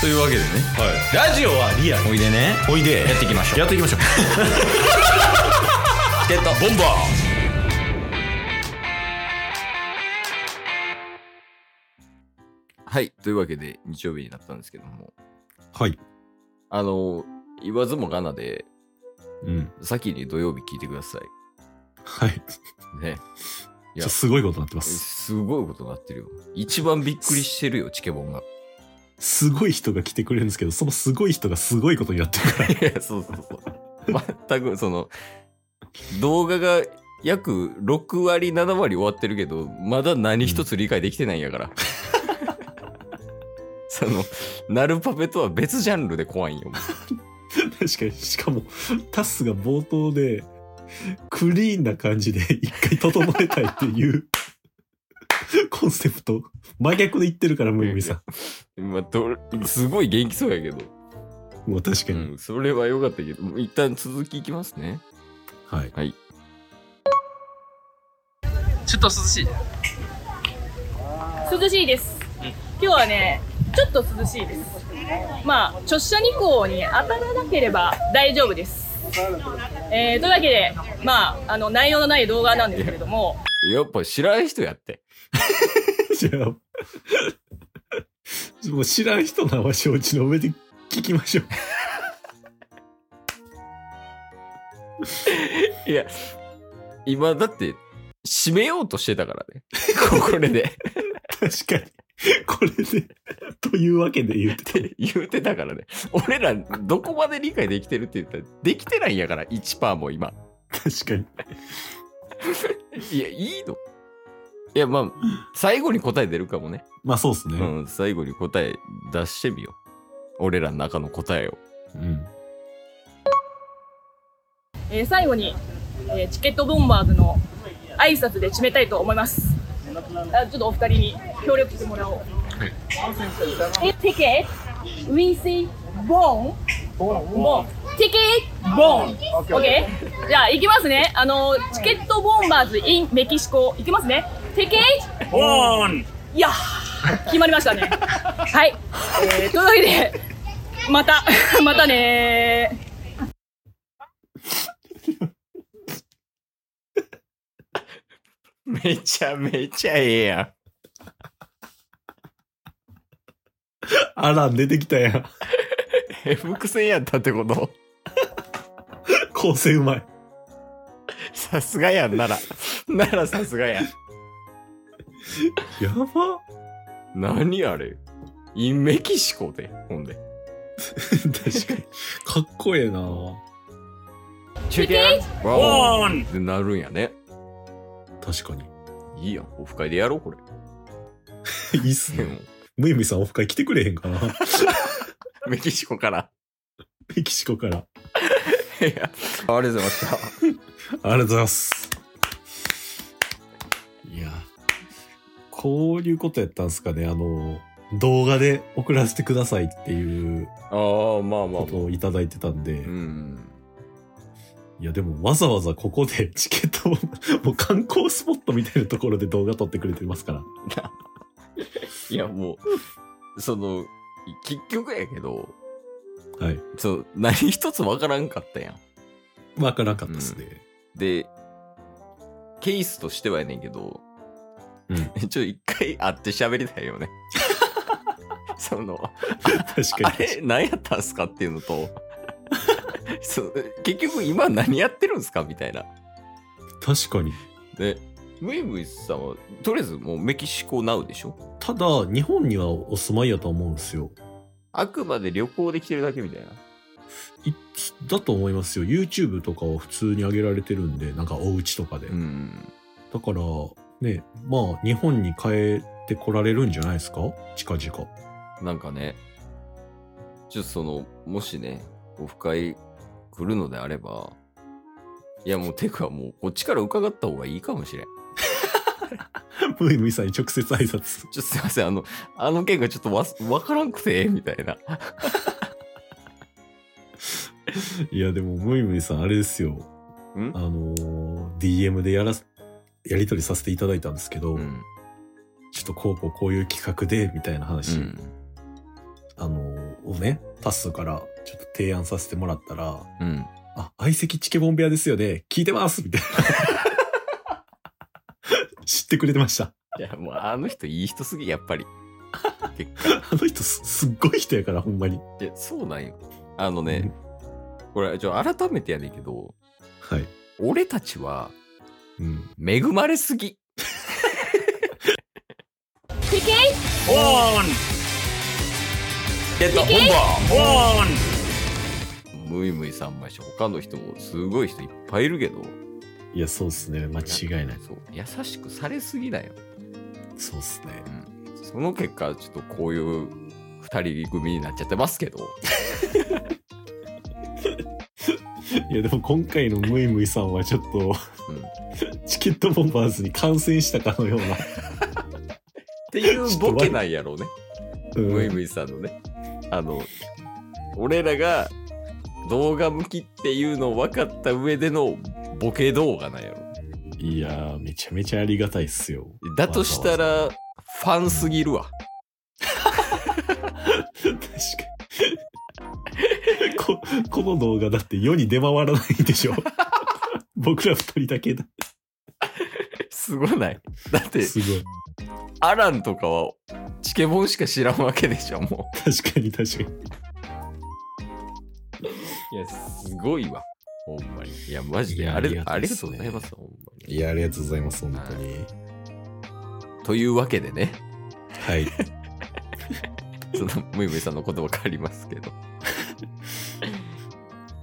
というわけでねラジオはリアルおいでねおいでやっていきましょうやっていきましょうチケットボンバーはいというわけで日曜日になったんですけどもはいあの言わずもがなでうん先に土曜日聞いてくださはいいねいちやょすごいことになってますすごいことになってるよ一番びっくりしてるよチケボンがすごい人が来てくれるんですけどそのすごい人がすごいことになってるからいやそうそうそう全くその動画が約6割7割終わってるけどまだ何一つ理解できてないんやから、そのナルパペとは別ジャンルで怖いんよ確かにしかもタスが冒頭でクリーンな感じで一回整えたいっていうコンセプト真逆で言ってるからもうゆみさまあどれすごい元気そうやけど、んもう確うかに、ん、それは良かったけどもう一旦続きいきますねはいちょっと涼しい。涼しいです、今日はねちょっと涼しいですまあ直射日光に当たらなければ大丈夫ですえー、というわけで、まあ、あの内容のない動画なんですけれども、やっぱ知らん人やってじゃあ、もう知らん人の話承知の上で聞きましょう。いや今だって締めようとしてたからねここれで確かに。これで、というわけで言う。ってて言うてたからね。俺ら、どこまで理解できてるって言ったら、できてないんやから、1%も今。確かに。いや、いいのいや、まあ、最後に答え出るかもね。まあそうっすうね。ん、最後に答え出してみよう。俺らの中の答えを。うん。えー最後に、えーチケットボンバーズの挨拶で締めたいと思いますあちょっとお二人に協力してもらおう、えテケット We say ボンボンテケットボン OK じゃあ行きますねあのチケットボンバーズ in メキシコ行きますねテケットボンいや決まりましたねはい、えー、というわけでまた またねーめちゃめちゃええやん。アラン出てきたやん。 え、伏線やったってこと構成うまい。さすがやんなら。ならさすがやん。やば。何あれインメキシコで、ほんで。確かに。かっこええなチケンボーンってなるんやね。確かに。いいやん。オフ会でやろう、これ。いいっすね。むゆみさんオフ会来てくれへんかな メキシコから。メキシコから。いや、ありがとうございました。ありがとうございます。いや、こういうことやったんですかね。あの、動画で送らせてくださいっていうああ、まあまあ、ことをいただいてたんで、うん。いや、でもわざわざここで チケットを、もう観光スポットみたいなところで動画撮ってくれてますから。いや、もう、その、結局やけど、はい。そう、何一つわからんかったやん。わからなかったですね。で、ケースとしてはやねんけど、う ん。ちょ、一回会って喋りたいよね。 その、確かあに。れ、何やったんすかっていうのと、 そう結局今何やってるんすかみたいな。確かに。で、ムイムイさんは、とりあえずもうメキシコナウでしょただ、日本にはお住まいやと思うんですよ。あくまで旅行できてるだけみたいな。いだと思いますよ。YouTube とかを普通に上げられてるんで、なんかお家とかで。うん。だから、ね、まあ、日本に帰ってこられるんじゃないですか近々。 なんかね、ちょっとその、もしね、オフ会来るのであれば、いやもうてかもうこっちから伺った方がいいかもしれん。ムイムイさんに直接挨ちょ拶。っとすいません、あの、あの件がちょっとわ、わからんくて、みたいな。いや、でも、ムイムイさん、あれですよ。んあのー DM でやらす、やりとりさせていただいたんですけど、うん。ちょっとこうこうこういう企画で、みたいなう話。ん。あのーをね、タッスからちょっと提案させてもらったら、うん。あ、相席チケボン部屋ですよね。聞いてますみたい な。知ってくれてました。いや、もうあの人いい人すぎ、やっぱり。結あの人すすっごい人やから、ほんまに。構。いや、そうなんよ。あのね、これ、ちょ、改めてやねんけど、はい。俺たちはうん。恵まれすぎ。 PK? ゲット、ボンボンボンむいむいさんまいし、他の人もすごい人いっぱいいるけど。いや、そうっすね。間違いない。そう。優しくされすぎだよ。そうっすね。その結果、ちょっとこういう二人組になっちゃってますけど。いや、でも今回のムイムイさんはちょっと、うん。チケットボンバーズに感染したかのような。っていうボケなんやろうね。 うんムイムイさんのね。あの、俺らが動画向きっていうのを分かった上でのボケ動画なんやろ。いやー、めちゃめちゃありがたいっすよ。だとしたわら、ファンすぎるわ。ざわざ。確かに。こ、この動画だって世に出回らないでしょ。僕ら二人だけだ。すごない。だって、すごい。アランとかは、チケボンしか知らんわけでしょ、も確かに確かに。う。いや、すごいわ。ほんまに。いや、マジいで、やあれ、あありがりがととううござございいま、ますほんまに。いや、ありがとうございます、本当に。というわけでね、 はい。そのムイムイさんの言葉借りますけど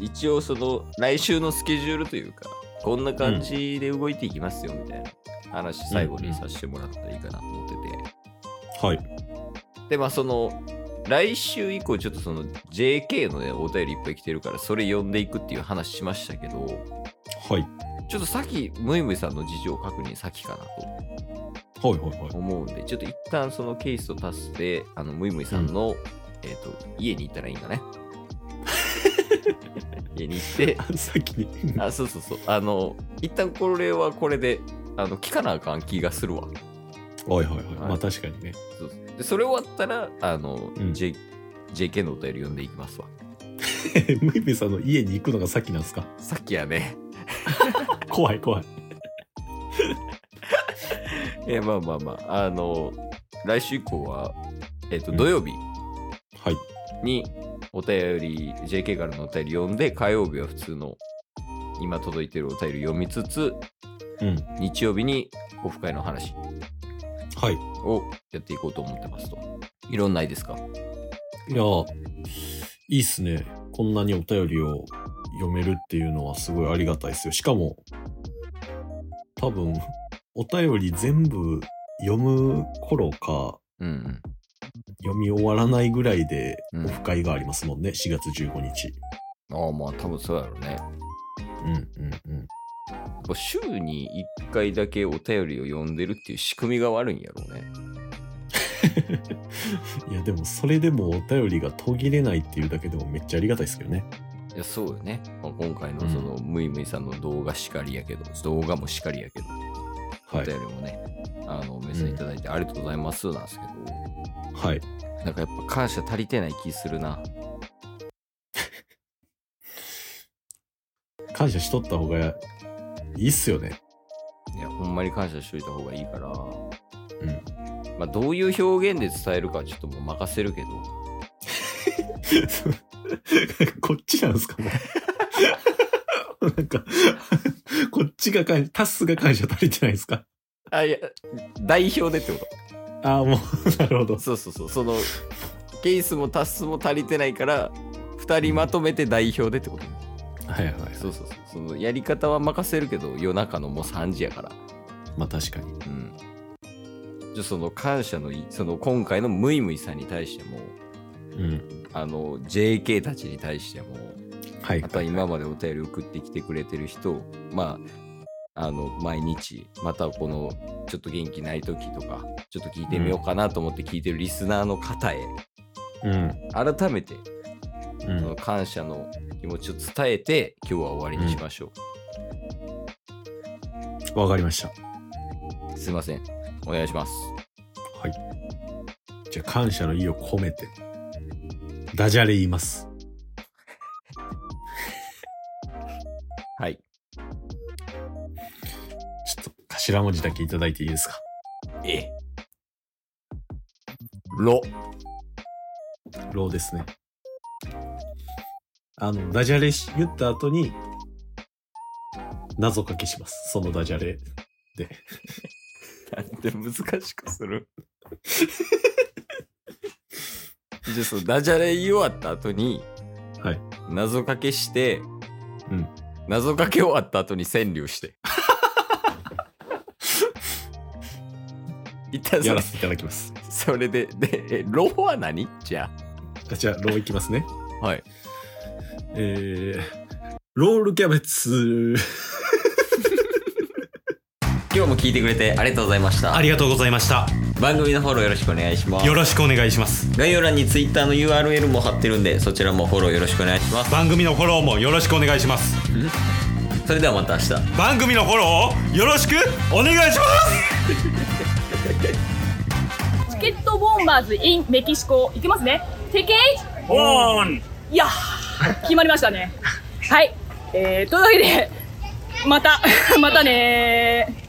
一応その来週のスケジュールというかこんな感じで動いていきますよみたいな話最後にさせてもらったらいいかなと思ってて、はい。でまあその来週以降ちょっとその JK のねお便りいっぱい来てるからそれ読んでいくっていう話しましたけどはい。ちょっと先ムイムイさんの事情確認先かなとはいはいはい。思うんでちょっと一旦そのケースと足してあのムイムイさんの、えっ、と家に行ったらいいんだ ね家に行ってあ先に。あそうそうそうあの一旦これはこれであの聞かなあかん気がするわはいはいはい。まあ確かにね。そうでそれ終わったらあの、うん J JK のお便り読んでいきますわムイムイさんの家に行くのが先なんですかさっきやね怖い怖い。いやまあまあまああの来週以降はえっ、とうん土曜日はい。にお便り JK からのお便り読んで火曜日は普通の今届いてるお便り読みつつうん。日曜日にオフ会の話はい。をやっていこうと思ってますと。いろんないですかいやー、いいっすね。こんなにお便りを読めるっていうのはすごいありがたいですよ。しかも、多分、お便り全部読む頃か、うんうん。読み終わらないぐらいでうんオフ会がありますもんね。4月15日。ああまあ多分そうやろうね。やっうんうんうん。ぱ週に1回だけお便りを読んでるっていう仕組みが悪いんやろうね。いや、でもそれでもお便りが途切れないっていうだけでもめっちゃありがたいですけどね。いやそうよね。まあ、今回のそのムイムイさんの動画しかりやけど、動画もしかりやけど、はおい。便りもね、あの、メッセージいただいてありがとうございますなんですけど、はい。なんかやっぱ感謝足りてない気するな。感謝しとった方がいいっすよね。 いや、ほんまに感謝しといた方がいいから、うん。まあどういう表現で伝えるかはちょっともう任せるけど、こっちなんですかもう。 なんか、こっちが感謝、タスが感謝足りてないですかあ、いや、代表でってこああ、もう、な るほどと。。そうそうそう。その、ケースもタスも足りてないから、2人まとめて代表でってことね、はいはいはい。そうそうそう。その、やり方は任せるけど、夜中のもう3時やから。まあ確かに。うん。じゃあその感謝のい、その今回のムイムイさんに対しても、うん。あの、JK たちに対しても、はいあ。とは今までお便り送ってきてくれてる人、まあ、あの、毎日、またはこの、ちょっと元気ない時とか、ちょっと聞いてみようかなと思って聞いてるリスナーの方へ、うん。改めて、うそのん。感謝の気持ちを伝えて、今日は終わりにしましょわかりました。う。すいません。お願いします。じゃあ感謝の意を込めて、ダジャレ言います。はい。ちょっと頭文字だけいただいていいですかええ。ろ。ローですね。あの、ダジャレし言った後に、謎かけします。そのダジャレ。なんで難しくする じゃあそのダジャレ言い終わった後に、はい謎かけして、うん謎かけ終わった後に川柳して。一旦そやれらせていただきます。それで、で、えローは何じゃじゃあ、ローいきますね。あ。はい。えー、ロールキャベツ。今日も聞いてくれてありがとうございました。ありがとうございました。番組のフォローよろしくお願いしまよろしくお願いします。概要欄に Twitter の URL も貼ってるんで、そちらもフォローよろしくお願いします。番組のフォローもよろしくお願いします。それではまた明日。番組のフォローをよろしくお願いしますチケットボンバーズ in メキシコいきますねテケイオンいやー決まりま したねはいえー、というわけでまたまたねー